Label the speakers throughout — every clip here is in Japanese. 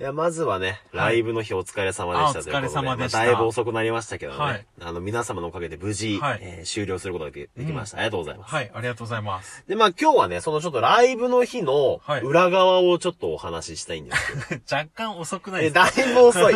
Speaker 1: いや、まずはね、
Speaker 2: は
Speaker 1: ラ
Speaker 2: い
Speaker 1: イブの日お疲れ様でした
Speaker 2: あ
Speaker 1: ということで。
Speaker 2: お疲れ様でした
Speaker 1: まあだいぶ遅くなりましたけどね。
Speaker 2: はい
Speaker 1: あの、皆様のおかげで無事、
Speaker 2: はい
Speaker 1: えー終了することができできました、ありがとうございます。
Speaker 2: はい、ありがとうござ います。
Speaker 1: で、まあ今日はね、そのちょっとライブの日の
Speaker 2: はい
Speaker 1: 裏側をちょっとお話ししたいんですけど。
Speaker 2: 若干遅くない
Speaker 1: え
Speaker 2: ですか
Speaker 1: だいぶ遅 い。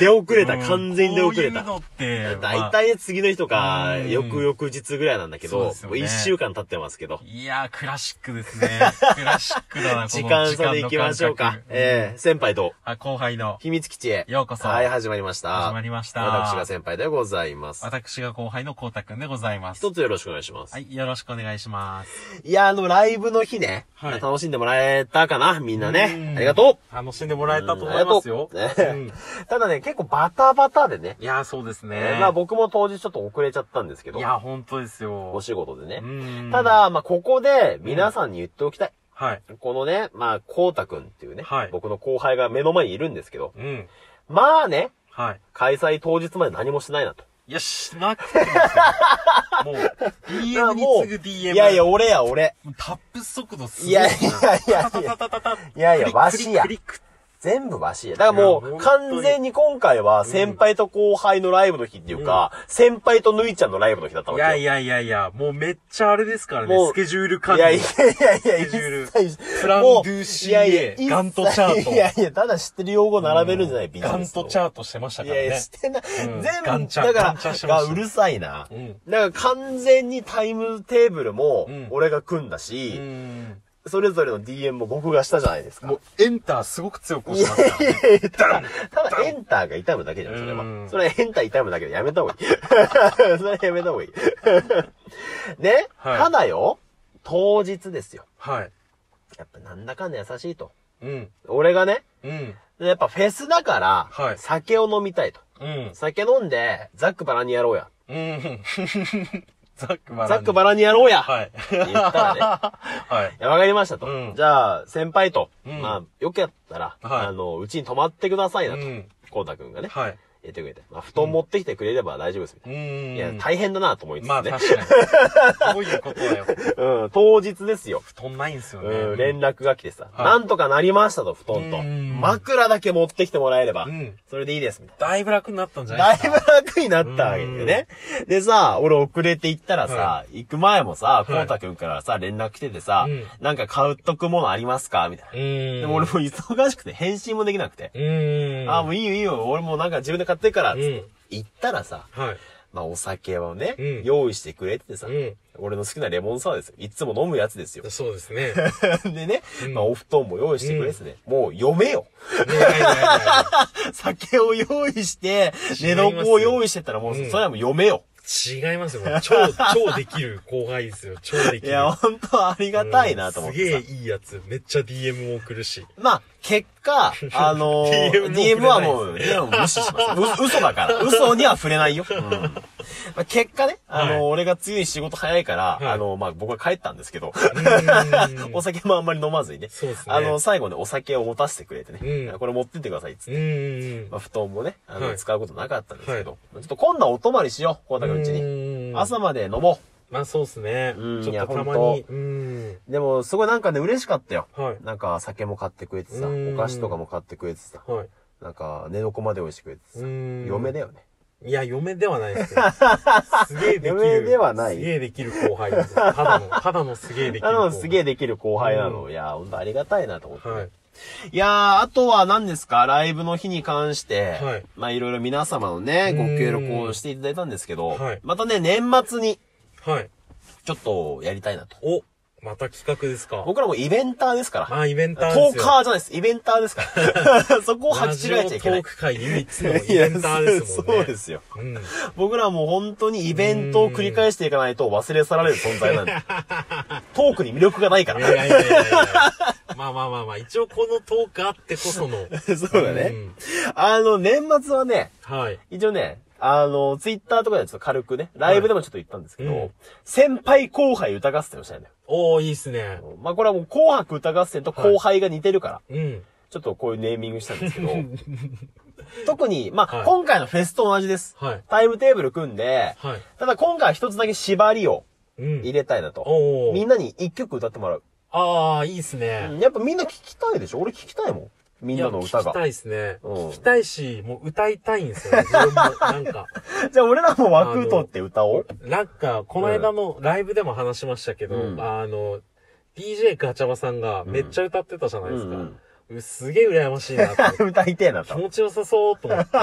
Speaker 1: 出遅れた。
Speaker 2: うん
Speaker 1: 完全に出遅れた。
Speaker 2: こういうのって、
Speaker 1: 大体ね次の日と
Speaker 2: う
Speaker 1: か、
Speaker 2: ん
Speaker 1: 翌々日ぐらいなんだけ
Speaker 2: そう
Speaker 1: ど
Speaker 2: です、よ
Speaker 1: も
Speaker 2: ね
Speaker 1: う一週間経ってますけど
Speaker 2: まあ。いやー、クラシックですね。 クラシックだな、こ
Speaker 1: 時
Speaker 2: の
Speaker 1: 間差で行きましょう
Speaker 2: 時
Speaker 1: か
Speaker 2: 間の感覚。
Speaker 1: えー、先輩どう
Speaker 2: あ、後輩の、
Speaker 1: 秘密基地へ。
Speaker 2: ようこそ
Speaker 1: はい、始まりました。
Speaker 2: 始まりました
Speaker 1: 私が先輩でございます。
Speaker 2: 私が後輩のこうたくんでございます。
Speaker 1: 一つよろしくお願いします。
Speaker 2: はい、よろしくお願いします。
Speaker 1: いや、あの、ライブの日ね、
Speaker 2: はい
Speaker 1: 楽しんでもらえたかなみんなね
Speaker 2: う。ん
Speaker 1: ありがと
Speaker 2: 楽しんでもらえたと
Speaker 1: う
Speaker 2: 思いますよ。
Speaker 1: ありがとうね ただね、結構バタバタでね。
Speaker 2: いやー、そうです
Speaker 1: え
Speaker 2: ね
Speaker 1: ー。まあ僕も当日ちょっと遅れちゃったんですけど
Speaker 2: い、やー、本当ですよ
Speaker 1: お。仕事でね。
Speaker 2: うん
Speaker 1: た、だ、まあここで皆さんに言っておきたい。
Speaker 2: はい。
Speaker 1: このね、まあ、こうたくんっていうね、
Speaker 2: はい
Speaker 1: 僕の後輩が目の前にいるんですけど、
Speaker 2: うん。
Speaker 1: まあね、
Speaker 2: はい。
Speaker 1: 開催当日まで何もしないなと。
Speaker 2: いや、しなくてもいい ですよもう、DM に
Speaker 1: もう
Speaker 2: 次ぐ DM。
Speaker 1: いやいや、、俺や、俺。
Speaker 2: タップ速度すご
Speaker 1: い
Speaker 2: いな。
Speaker 1: やいやいやいや、
Speaker 2: タタタタタ
Speaker 1: いやいやわしや
Speaker 2: クリッククリック
Speaker 1: 全部わしや。だからも
Speaker 2: いや
Speaker 1: う、
Speaker 2: 本当に
Speaker 1: 完全に今回は先輩と後輩のライブの日っていうか、先輩とぬいちゃんのライブの日だったわ
Speaker 2: い
Speaker 1: けよ。
Speaker 2: やいやいやいや、もうめっちゃあれですから
Speaker 1: もう
Speaker 2: ね、スケジュール管
Speaker 1: いやい
Speaker 2: 理。
Speaker 1: やいやいや、
Speaker 2: スケジュール
Speaker 1: 一切
Speaker 2: プラン
Speaker 1: もう
Speaker 2: ドゥ CA
Speaker 1: いやいや一切
Speaker 2: ガントチャート
Speaker 1: いやいや、ただ知ってる用語並べるんじゃない、ビジネス
Speaker 2: ガ
Speaker 1: の
Speaker 2: ントチャートしてました
Speaker 1: い
Speaker 2: から
Speaker 1: やいや、
Speaker 2: ね
Speaker 1: し。てない。
Speaker 2: うん
Speaker 1: 全部、
Speaker 2: ガンチャ
Speaker 1: だ
Speaker 2: ガン
Speaker 1: か
Speaker 2: チャして
Speaker 1: ら、
Speaker 2: ま
Speaker 1: がう
Speaker 2: した
Speaker 1: るさいな。
Speaker 2: うん
Speaker 1: だから完全にタイムテーブルも
Speaker 2: うん、
Speaker 1: 俺が組んだ
Speaker 2: う
Speaker 1: し、
Speaker 2: ん。
Speaker 1: それぞれの DM も僕がしたじゃないですか。
Speaker 2: もうエンターすごく強く
Speaker 1: い
Speaker 2: 押
Speaker 1: や
Speaker 2: しますから。
Speaker 1: いやいやただ、ただエンターが痛むだけじゃん、それ
Speaker 2: うん
Speaker 1: は。それはエンター痛むだけでやめた方が いい。それはやめた方がいい。 ね、
Speaker 2: はい
Speaker 1: ただよ、当日ですよ。
Speaker 2: はい。
Speaker 1: やっぱなんだかんだ優しいと。
Speaker 2: うん。
Speaker 1: 俺がね、
Speaker 2: うん。
Speaker 1: やっぱフェスだか
Speaker 2: は
Speaker 1: ら
Speaker 2: い、
Speaker 1: 酒を飲みたいと。
Speaker 2: うん。
Speaker 1: 酒飲んで、ザックバラにやろうや。
Speaker 2: うん。ザックバラ。
Speaker 1: ザックバラにやろうや。
Speaker 2: はい。
Speaker 1: 言った らね。
Speaker 2: はい。
Speaker 1: いや、わかりましたと。
Speaker 2: うん
Speaker 1: じゃあ、先輩と、
Speaker 2: うん
Speaker 1: まあ、よくやったら、
Speaker 2: はい
Speaker 1: あの、うちに泊まってくださいうなと、
Speaker 2: ん。
Speaker 1: こうたくんがね、
Speaker 2: はい。
Speaker 1: 言ってくれて、まあ、布団持ってきてくれれば大丈夫です、みた
Speaker 2: う
Speaker 1: い
Speaker 2: ん。
Speaker 1: な。いや、大変だなと思いつつね。
Speaker 2: まあ確かに。どういうことだよ。
Speaker 1: うん、当日ですよ。
Speaker 2: 布団ないんすよね。
Speaker 1: うん、連絡が来てさ、
Speaker 2: はい
Speaker 1: なんとかなりましたと、布団と。
Speaker 2: うん
Speaker 1: 枕だけ持ってきてもらえれば、
Speaker 2: うん
Speaker 1: それでいいです、みたいな。
Speaker 2: だいぶ楽になったんじゃな
Speaker 1: だ
Speaker 2: い
Speaker 1: い
Speaker 2: で
Speaker 1: ぶ
Speaker 2: すか
Speaker 1: 楽になったわけでね。でさ、俺遅れて行ったらさ、
Speaker 2: は
Speaker 1: 行く前もさ、こうたくんからさ、連絡来ててさ、
Speaker 2: うん
Speaker 1: なんか買うとくものありますかみたいな。
Speaker 2: うん。
Speaker 1: でも俺も忙しくて返信もできなくて。
Speaker 2: うん。
Speaker 1: あ、もういいよいいよ、俺もうなんか自分で買ってから、つっ
Speaker 2: うん
Speaker 1: て行ったらさ、
Speaker 2: はい。
Speaker 1: まあお酒をね、
Speaker 2: うん
Speaker 1: 用意してくれててさ、
Speaker 2: うん
Speaker 1: 俺の好きなレモンサワーですよ。いつも飲むやつですよ。
Speaker 2: そうですね。
Speaker 1: でね、まあお布団も用意してくれててね、もう読めよ。
Speaker 2: いやいやいやいや
Speaker 1: 酒を用意して、寝
Speaker 2: 違いますよ
Speaker 1: 床を用意してたらもう、
Speaker 2: うん
Speaker 1: それはもう読めよ。
Speaker 2: 違いますよ。超、超できる後輩ですよ。超でき
Speaker 1: い
Speaker 2: る。
Speaker 1: や、ほんとありがたいなと思ってさ。
Speaker 2: うんすげえいいやつ。めっちゃ DM も送るし。
Speaker 1: まあ、結 果、あの
Speaker 2: DM も
Speaker 1: DM はもう、
Speaker 2: 触
Speaker 1: DM はもう無視します。う嘘だから。 嘘には触れないよ。うんまあ、結果ね、あの、
Speaker 2: はい
Speaker 1: 俺が強い仕事早いから、
Speaker 2: い
Speaker 1: あの、まあ、僕は帰ったんですけど、
Speaker 2: ん
Speaker 1: お酒もあんまり飲まずにね。
Speaker 2: そうですね
Speaker 1: あの、最後ね、お酒を持たせてくれてね。
Speaker 2: うん
Speaker 1: これ持ってってください、っつって。
Speaker 2: うん
Speaker 1: まあ、布団もね、あの、
Speaker 2: はい
Speaker 1: 使うことなかったんですけど、
Speaker 2: は
Speaker 1: ちょっと今度はお泊まりしよう、こうたくんうちに。
Speaker 2: に
Speaker 1: 朝まで飲も
Speaker 2: まあそうですね。
Speaker 1: うん
Speaker 2: ちょっとい
Speaker 1: や
Speaker 2: たま
Speaker 1: ほん
Speaker 2: に。
Speaker 1: と
Speaker 2: うん。
Speaker 1: う。でも、すごいなんかね、嬉しかったよ。
Speaker 2: はい。
Speaker 1: なんか、酒も買ってくれてさ、
Speaker 2: うん
Speaker 1: お菓子とかも買ってくれてさ、
Speaker 2: はい。
Speaker 1: なんか、寝床まで用意してくれてさ
Speaker 2: う、ん。
Speaker 1: 嫁だよね。
Speaker 2: いや、嫁ではないで すよ。すげえできる。
Speaker 1: 嫁ではない
Speaker 2: すげえできる後輩です。ただの、ただのすげえできる
Speaker 1: あ
Speaker 2: 後輩。
Speaker 1: の、すげえできる後輩なの。
Speaker 2: う
Speaker 1: いやー、ほんとありがたいなと思って。
Speaker 2: はい。
Speaker 1: いやー、あとは何ですかライブの日に関して、
Speaker 2: はい
Speaker 1: まあいろいろ皆様のね、
Speaker 2: うん
Speaker 1: ご協力をしていただいたんですけど、
Speaker 2: はい
Speaker 1: またね、年末に、
Speaker 2: はい。
Speaker 1: ちょっとやりたいなと。
Speaker 2: お、また企画ですか。
Speaker 1: 僕らもイベンターですから。
Speaker 2: あ、イベンター
Speaker 1: ト
Speaker 2: で
Speaker 1: ー
Speaker 2: すよ。
Speaker 1: カーじゃないです。イベンターです から。そこを
Speaker 2: ラ
Speaker 1: 履き
Speaker 2: ジ
Speaker 1: 違
Speaker 2: オ
Speaker 1: え
Speaker 2: ト
Speaker 1: ちゃいけない。
Speaker 2: ーク界唯一のイベンターですもんね。
Speaker 1: いやそうそうですよ。
Speaker 2: うん。
Speaker 1: 僕らはもう本当にイベントを繰り返していかないと忘れ去られる存在 なんで。トークに魅力がないか
Speaker 2: い
Speaker 1: ら。
Speaker 2: やいやいやい やいや。まあまあまあまあ、一応このトークあってこその。
Speaker 1: そうだね
Speaker 2: うん。
Speaker 1: あの、年末はね、
Speaker 2: はい。
Speaker 1: 一応ね、あの、ツイッターとかでちょっと軽くね、ライブでもちょっと言ったんですけど、
Speaker 2: はいうん
Speaker 1: 先輩後輩歌合戦をしたいんだよ。
Speaker 2: おー、いいっすね。
Speaker 1: まあ、これはもう紅白歌合戦と後輩が似てるから、
Speaker 2: うん。
Speaker 1: ちょっとこういうネーミングしたんですけ ど、特に、まあ、
Speaker 2: はい
Speaker 1: 今回のフェスと同じです。
Speaker 2: はい。
Speaker 1: タイムテーブル組んで、
Speaker 2: はい。
Speaker 1: ただ今回は一つだけ縛りを
Speaker 2: うん。
Speaker 1: 入れたいなと。
Speaker 2: おー
Speaker 1: みんなに一曲歌ってもらう。
Speaker 2: ああ、いいっすね。
Speaker 1: やっぱみんな聞きたいでしょ俺聞きたいもん。みんなの歌
Speaker 2: いや聞きた
Speaker 1: が。
Speaker 2: いですね。
Speaker 1: うん
Speaker 2: 聞きたいし、もう歌いたいんですよね。自分も、なんか。
Speaker 1: じゃあ俺らも枠取って歌おう。
Speaker 2: なんか、この間のライブでも話しましたけど、
Speaker 1: うん
Speaker 2: あの、DJ ガチャバさんがめっちゃ歌ってたじゃないですか。
Speaker 1: う
Speaker 2: うんすげえ羨ましいなって。
Speaker 1: 歌いてえな
Speaker 2: 気
Speaker 1: と。
Speaker 2: 持ちよさそうと思って、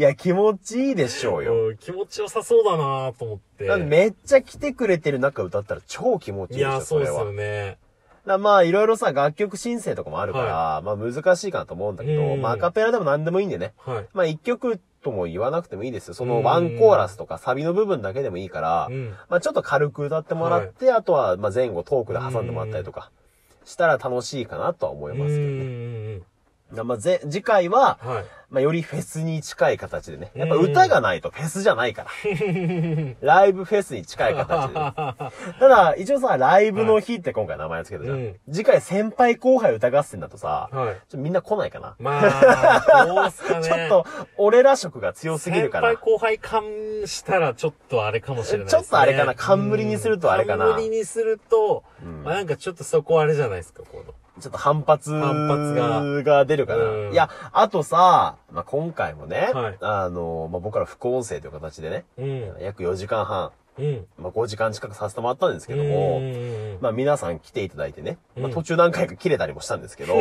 Speaker 1: いや、気持ちいいでしょうよ。
Speaker 2: うん気持ちよさそうだなと思って。
Speaker 1: なんでめっちゃ来てくれてる中歌ったら超気持ちいいでし
Speaker 2: い
Speaker 1: ょ、
Speaker 2: や、そう
Speaker 1: れ
Speaker 2: です
Speaker 1: は。
Speaker 2: よね。
Speaker 1: だまあ、いろいろさ、楽曲申請とかもあるから、まあ難しいかなと思うんだけど、
Speaker 2: うん
Speaker 1: まあアカペラでも何でもいいんでね。
Speaker 2: はい。
Speaker 1: まあ一曲とも言わなくてもいいですよ。そうの
Speaker 2: ん
Speaker 1: ワンコーラスとかサビの部分だけでもいいから、
Speaker 2: うん。
Speaker 1: まあちょっと軽く歌ってもらって、あとはまあ前後トークで挟んでもらったりとか、したら楽しいかなとは思い
Speaker 2: うん
Speaker 1: ま
Speaker 2: う
Speaker 1: す
Speaker 2: ん
Speaker 1: けど
Speaker 2: う
Speaker 1: ね。
Speaker 2: ん
Speaker 1: だまあぜ、次回は、
Speaker 2: うん。はい。
Speaker 1: まあよりフェスに近い形でね。やっぱ
Speaker 2: うん
Speaker 1: 歌がないとフェスじゃ ないから。ライブフェスに近い形でね、ただ、一応さ、ライブの日って今回名前つけたじゃん。
Speaker 2: うん
Speaker 1: 次回先輩後輩歌合戦だとさ、
Speaker 2: はい。
Speaker 1: ちょみんな来ないかな。
Speaker 2: まあ、どうすか ね。
Speaker 1: ちょっと、俺ら色が強すぎるから
Speaker 2: 先。輩後輩感したらちょっとあれかもしれないですね。
Speaker 1: ちょっとあれかな冠にするとあれかな
Speaker 2: うん冠にすると、まあなんかちょっとそこあれじゃないですか、この。
Speaker 1: ちょっと反発
Speaker 2: 反発が
Speaker 1: が出るかな。
Speaker 2: うん
Speaker 1: いや、あとさ、まあ、今回もね、
Speaker 2: はい
Speaker 1: あの、まあ、僕ら副音声という形でね、
Speaker 2: うん。
Speaker 1: 約4時間半、
Speaker 2: うん。
Speaker 1: まあ、5時間近くさせてもらったんですけ
Speaker 2: け
Speaker 1: ども、
Speaker 2: ま
Speaker 1: まあ皆さん来ていただいてね。まあ
Speaker 2: うん
Speaker 1: 途中何回か切れたりもしたんですけ ど、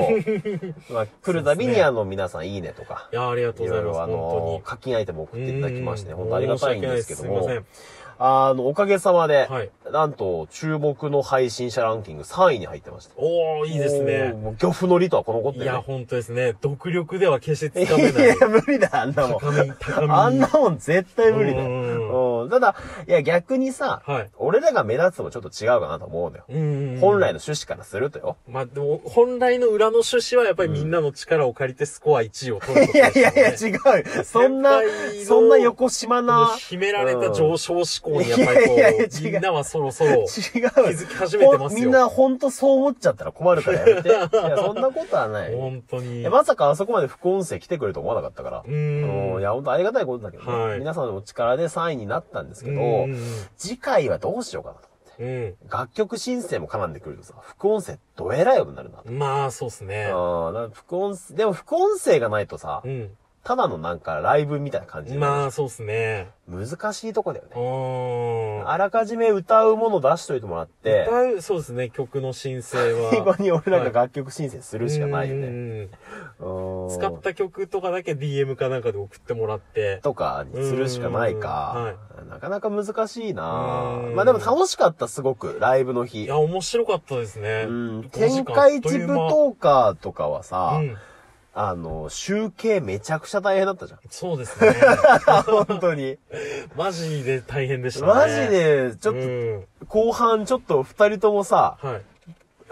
Speaker 1: まあ来るたび
Speaker 2: そうで
Speaker 1: に
Speaker 2: すね
Speaker 1: あの皆さんいいねとか
Speaker 2: あ、い、や、ありがと
Speaker 1: いう
Speaker 2: ご
Speaker 1: ろ
Speaker 2: ざ
Speaker 1: い
Speaker 2: います、
Speaker 1: ろあの
Speaker 2: 本、
Speaker 1: 課金アイテムを送
Speaker 2: 当
Speaker 1: っ
Speaker 2: に。
Speaker 1: ていただきましてね、
Speaker 2: うん
Speaker 1: 本当ありがたいんですけど
Speaker 2: 申し
Speaker 1: も
Speaker 2: 訳ない、です
Speaker 1: あの、おかげさまで
Speaker 2: すいません。、はい。
Speaker 1: なんと注目の配信者ランキング3位に入ってました。
Speaker 2: おー、いいです
Speaker 1: おー。
Speaker 2: ね。
Speaker 1: もう漁夫の利とはこのこと
Speaker 2: い
Speaker 1: だよ
Speaker 2: や、
Speaker 1: ね。
Speaker 2: 本当ですね。独力では決して
Speaker 1: い
Speaker 2: つかめない。
Speaker 1: や、無理だ、あんなもん
Speaker 2: 高。み、高み。
Speaker 1: あんなもん絶対無理だ
Speaker 2: うん
Speaker 1: よ。うんただ、いや逆にさ、
Speaker 2: はい。
Speaker 1: 俺らが目立つのもちょっと違うかなと思うのよ。
Speaker 2: うんうんうん。
Speaker 1: 本来の趣旨からするとよ。
Speaker 2: まあでも、本来の裏の趣旨はやっぱりみんなの力を借りてスコア1位を取ること
Speaker 1: いやいやいや、
Speaker 2: ですよね
Speaker 1: 違うよ。そんな
Speaker 2: 先輩、の
Speaker 1: そんな横島な。
Speaker 2: 秘められた上昇志向にやっぱりこ
Speaker 1: いやいやいや違
Speaker 2: う、
Speaker 1: う
Speaker 2: みんなはそろそろ気
Speaker 1: 違う。
Speaker 2: づき始めてま
Speaker 1: ほん
Speaker 2: す
Speaker 1: み
Speaker 2: よ。
Speaker 1: んなほんとそう思っちゃったら困るからやめ て。いや、そんなことはない。い
Speaker 2: 本当に。
Speaker 1: やまさかあそこまで副音声来てくれると思わなかったから
Speaker 2: う。
Speaker 1: うん
Speaker 2: ーん。
Speaker 1: いや、ほんとありがたいことだけどね、
Speaker 2: はい
Speaker 1: 皆さんのお力で3位になったんですけ
Speaker 2: う
Speaker 1: ど、
Speaker 2: ん
Speaker 1: 次回はどうしようかなと。
Speaker 2: うん。
Speaker 1: 楽曲申請も絡んでくるとさ、副音声どえらいことになるなと。
Speaker 2: うんまあ、そうっすね。
Speaker 1: うんだから副音声、でも副音声がないとさ
Speaker 2: う、ん。
Speaker 1: ただのなんかライブみたいな感じで、
Speaker 2: まあ、そうっすね。
Speaker 1: 難しいとこだよね
Speaker 2: う。ーん。
Speaker 1: あらかじめ歌うもの出しといてもらって、
Speaker 2: 歌う、そうですね、曲の申請は。
Speaker 1: 最後に俺らが楽曲申請するしかないよ
Speaker 2: う
Speaker 1: ね。
Speaker 2: ん
Speaker 1: うん
Speaker 2: 使った曲とかだけ DM かなんかで送ってもらって。
Speaker 1: とかにするしかないか。なかなか難しいな
Speaker 2: うん
Speaker 1: まあでも楽しかった、すごく。ライブの
Speaker 2: い
Speaker 1: 日。
Speaker 2: や、面白かったですね。
Speaker 1: うん。
Speaker 2: 5時
Speaker 1: 天
Speaker 2: 間
Speaker 1: 下
Speaker 2: あっ
Speaker 1: 一
Speaker 2: という
Speaker 1: 舞
Speaker 2: 間
Speaker 1: 踏家とかはさ、
Speaker 2: うん。
Speaker 1: あの、集計めちゃくちゃ大変だったじゃん。
Speaker 2: そうで すね。
Speaker 1: 本当に。
Speaker 2: マジで大変でしたね。
Speaker 1: マジで、ちょっ
Speaker 2: うん
Speaker 1: と、後半ちょっと二人ともさ、
Speaker 2: はい。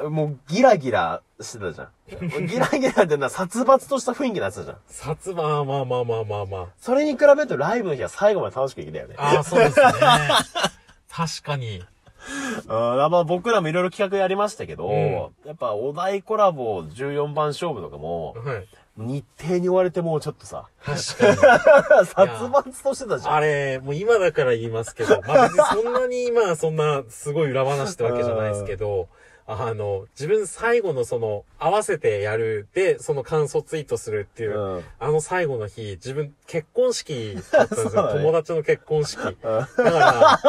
Speaker 1: もうギラギラしてたじゃ ん。ギラギラでな、殺伐とした雰囲気になってたじゃん。
Speaker 2: 殺伐、まあまあまあまあまあまあ。
Speaker 1: それに比べてライブの日は最後まで楽しくいけたよね。
Speaker 2: ああ、そうで すね。確かに。
Speaker 1: あまあ僕らもいろいろ企画やりましたけど、
Speaker 2: う
Speaker 1: やっぱお題コラボ14番勝負とかも、
Speaker 2: はい。
Speaker 1: 日程に追われてもうちょっとさ、
Speaker 2: 確かに。
Speaker 1: 殺伐としてたじゃん。
Speaker 2: あれ、もう今だから言いますけ ど、まあ別にそんなに今、そんなすごい裏話ってわけじゃないですけど、あの、自分最後のその、合わせてやるで、その感想ツイートするっていう、
Speaker 1: うん
Speaker 2: あの最後の日、自分結婚式だったんで
Speaker 1: そ
Speaker 2: す
Speaker 1: う
Speaker 2: よ。
Speaker 1: だね
Speaker 2: 友達の結婚式。だから、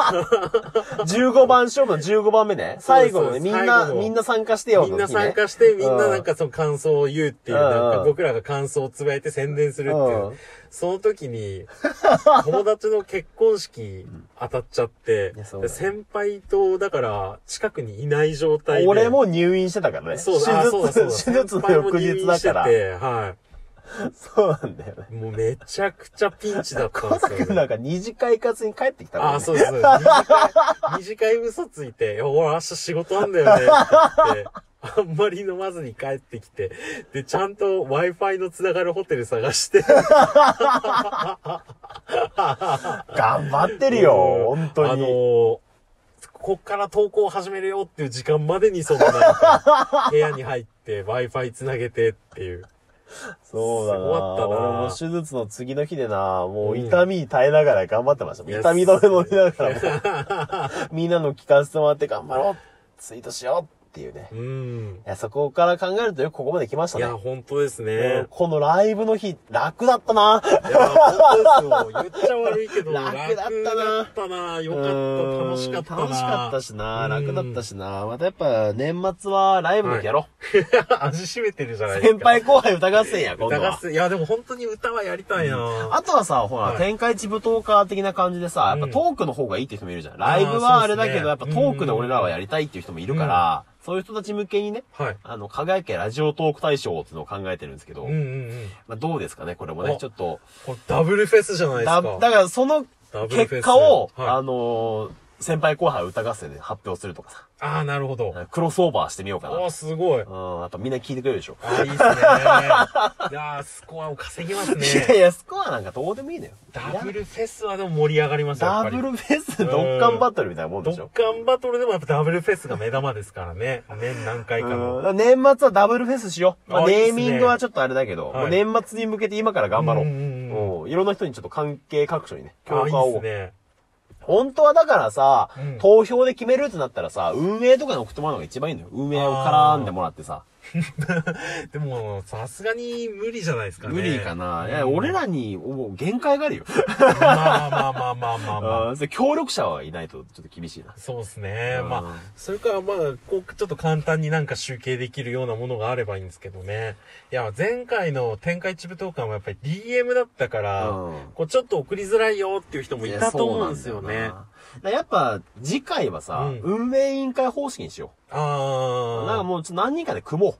Speaker 1: 15番勝負の15番目 ね。最後のね、
Speaker 2: そう
Speaker 1: み
Speaker 2: で
Speaker 1: ん
Speaker 2: す
Speaker 1: な、
Speaker 2: 最後の
Speaker 1: みんな参加してよ、
Speaker 2: みんな
Speaker 1: その日ね
Speaker 2: 参加して、みん
Speaker 1: う
Speaker 2: なんなんかその感想を言うっていう、
Speaker 1: うん。
Speaker 2: なんか僕らが感想をつぶやいて宣伝するっていううんその 時に、友達の結婚式当たっちゃって
Speaker 1: いやそう、だ
Speaker 2: で
Speaker 1: ね
Speaker 2: 先輩と、だから、近くにいない状態で。
Speaker 1: 俺、も入院してたからね。
Speaker 2: そう
Speaker 1: 手
Speaker 2: だ、あそうだ、そ うだ。
Speaker 1: 術、手術の翌日だから
Speaker 2: 先輩も入院し。てては
Speaker 1: そうなんだよね。
Speaker 2: い。もうめちゃくちゃピンチだったん
Speaker 1: 小
Speaker 2: ですよ
Speaker 1: 坂
Speaker 2: ね、
Speaker 1: くんなんか二次会活に帰ってきたから
Speaker 2: あ
Speaker 1: ね。
Speaker 2: あ、そうです。そうです二次会二次会嘘ついて、いや俺明日仕事なんだよねって言って、あんまり飲まずに帰ってきて、で、ちゃんと Wi-Fi のつながるホテル探して。
Speaker 1: 頑張ってるよ、本当
Speaker 2: あの
Speaker 1: に。
Speaker 2: ーこっから投稿を始めるよっていう時間までにそのな んか部屋に入って Wi-Fi つなげてっていう。
Speaker 1: そうだな。
Speaker 2: すごかったな
Speaker 1: 俺も手術の次の日でな、もう
Speaker 2: うん
Speaker 1: 痛み耐えながら頑張ってました。
Speaker 2: いや
Speaker 1: 痛 み止め飲みながらも、みんなの聞かせてもらって頑張ろう、ツイートしようっていうね。
Speaker 2: うん。
Speaker 1: いや、そこから考えるとよくここまで来ました
Speaker 2: い
Speaker 1: ね
Speaker 2: や、。本当ですね。い
Speaker 1: うんこのライブの日、楽だったな。
Speaker 2: や、本当ですよ。言っちゃ悪いけど、
Speaker 1: 楽だったな
Speaker 2: だったな。よかった。楽しかったな。
Speaker 1: 楽しかったしな。
Speaker 2: うん
Speaker 1: 楽だったしな。またやっぱ年末はライブの日やろ。
Speaker 2: 味しめてるじゃないです
Speaker 1: 先
Speaker 2: か。
Speaker 1: 輩後輩歌合戦や、今
Speaker 2: 歌
Speaker 1: 度
Speaker 2: 合
Speaker 1: は。
Speaker 2: 戦いや、でも本当に歌はやりたいな。
Speaker 1: あとはさ、ほら、
Speaker 2: はい
Speaker 1: 天下一舞踏家的な感じでさ、やっ
Speaker 2: うん
Speaker 1: ぱトークの方がいいって人もいるじゃん。
Speaker 2: あ
Speaker 1: ラ
Speaker 2: ー
Speaker 1: イブはあれだけど、
Speaker 2: そうっすね
Speaker 1: やっぱトークで俺らはやりたいっていう人もいるから、そういう人たち向けにね、
Speaker 2: はい。
Speaker 1: あの、輝けラジオトーク大賞っていうのを考えてるんですけど、
Speaker 2: うんうんうん。
Speaker 1: まあどうですかね、これもね
Speaker 2: お、
Speaker 1: ちょっと。
Speaker 2: これダブルフェスじゃないです
Speaker 1: だ、
Speaker 2: か。
Speaker 1: だからその
Speaker 2: ダブルフェス
Speaker 1: 結果を、
Speaker 2: はい
Speaker 1: あのー先輩後輩歌合戦で発表するとかさ、
Speaker 2: ああ、なるほど。
Speaker 1: クロスオーバーしてみようかな。
Speaker 2: おー、すごい。
Speaker 1: うん、やっぱみんな聞いてくれるでしょ。
Speaker 2: あーいいっすね。いやースコアを稼ぎま
Speaker 1: い
Speaker 2: す
Speaker 1: や
Speaker 2: ね。
Speaker 1: いや、スコアなんかどうでもいいのよ。
Speaker 2: ダブルフェスはでも盛り上がりますよ、やっ
Speaker 1: ダ
Speaker 2: ぱり。
Speaker 1: ブルフェス、ドッカンバトルみたいなもん
Speaker 2: ド
Speaker 1: で
Speaker 2: ッ
Speaker 1: しょ。
Speaker 2: カンバトルでもやっぱダブルフェスが目玉ですからね。年何回か
Speaker 1: う
Speaker 2: の。
Speaker 1: ん年末はダブルフェスしよう。まあ、
Speaker 2: あいい
Speaker 1: ネ
Speaker 2: っ
Speaker 1: ー
Speaker 2: すね
Speaker 1: ミングはちょっとあれだけど、
Speaker 2: はい
Speaker 1: もう年末に向けて今から頑張ろう。
Speaker 2: う
Speaker 1: うんん
Speaker 2: うんうん
Speaker 1: いろんな人にちょっと関係各所にね、
Speaker 2: あ
Speaker 1: 強
Speaker 2: あ、い
Speaker 1: 化
Speaker 2: い
Speaker 1: を
Speaker 2: で。すね。
Speaker 1: 本当はだからさ、
Speaker 2: うん
Speaker 1: 投票で決めるってなったらさ、運営とかに送ってもらうのが一番いいのよ。運営を絡んでもらってさ。
Speaker 2: でも、さすがに無理じゃないですかね。
Speaker 1: 無理かな。いや、
Speaker 2: うん
Speaker 1: 俺らに、もう限界があるよ。
Speaker 2: まあまあまあまあまあまあ。
Speaker 1: うんそれ協力者はいないとちょっと厳しいな。
Speaker 2: そうですね。
Speaker 1: うん
Speaker 2: まあ、それからまあ、こう、ちょっと簡単になんか集計できるようなものがあればいいんですけどね。いや、前回の天下一部投函はやっぱり DM だったから、
Speaker 1: うん
Speaker 2: こう、ちょっと送りづらいよっていう人もい
Speaker 1: や
Speaker 2: たと思うんですよ
Speaker 1: そうな
Speaker 2: ね。
Speaker 1: んだなやっぱ、次回はさ、
Speaker 2: う
Speaker 1: 運営委員会方式にしよう。なんか
Speaker 2: あ
Speaker 1: もうちょっと何人かで組もう。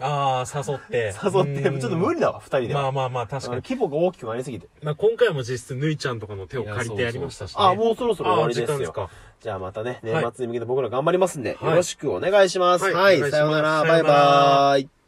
Speaker 2: あ、ああ、誘って。
Speaker 1: 誘って、ちょ
Speaker 2: う
Speaker 1: っ
Speaker 2: ん
Speaker 1: と無理だわ、二人では。
Speaker 2: まあまあまあ、確
Speaker 1: あ
Speaker 2: か
Speaker 1: の
Speaker 2: に。
Speaker 1: 規模が大きくなりすぎて。
Speaker 2: まあ、今回も実質、ぬいちゃんとかの手を借りてやりましたしね。
Speaker 1: あ、もうそろそろ終わ
Speaker 2: あ
Speaker 1: り
Speaker 2: 時
Speaker 1: で
Speaker 2: 間
Speaker 1: す
Speaker 2: です
Speaker 1: よ。
Speaker 2: か。
Speaker 1: じゃあまたね、
Speaker 2: い
Speaker 1: 年末に向けて僕ら頑張りますんで、
Speaker 2: はい
Speaker 1: よろしくお願いします。
Speaker 2: はい
Speaker 1: はい、
Speaker 2: お願いします
Speaker 1: さようなら、
Speaker 2: さ
Speaker 1: バ
Speaker 2: よ
Speaker 1: イ
Speaker 2: うなら
Speaker 1: バーイ。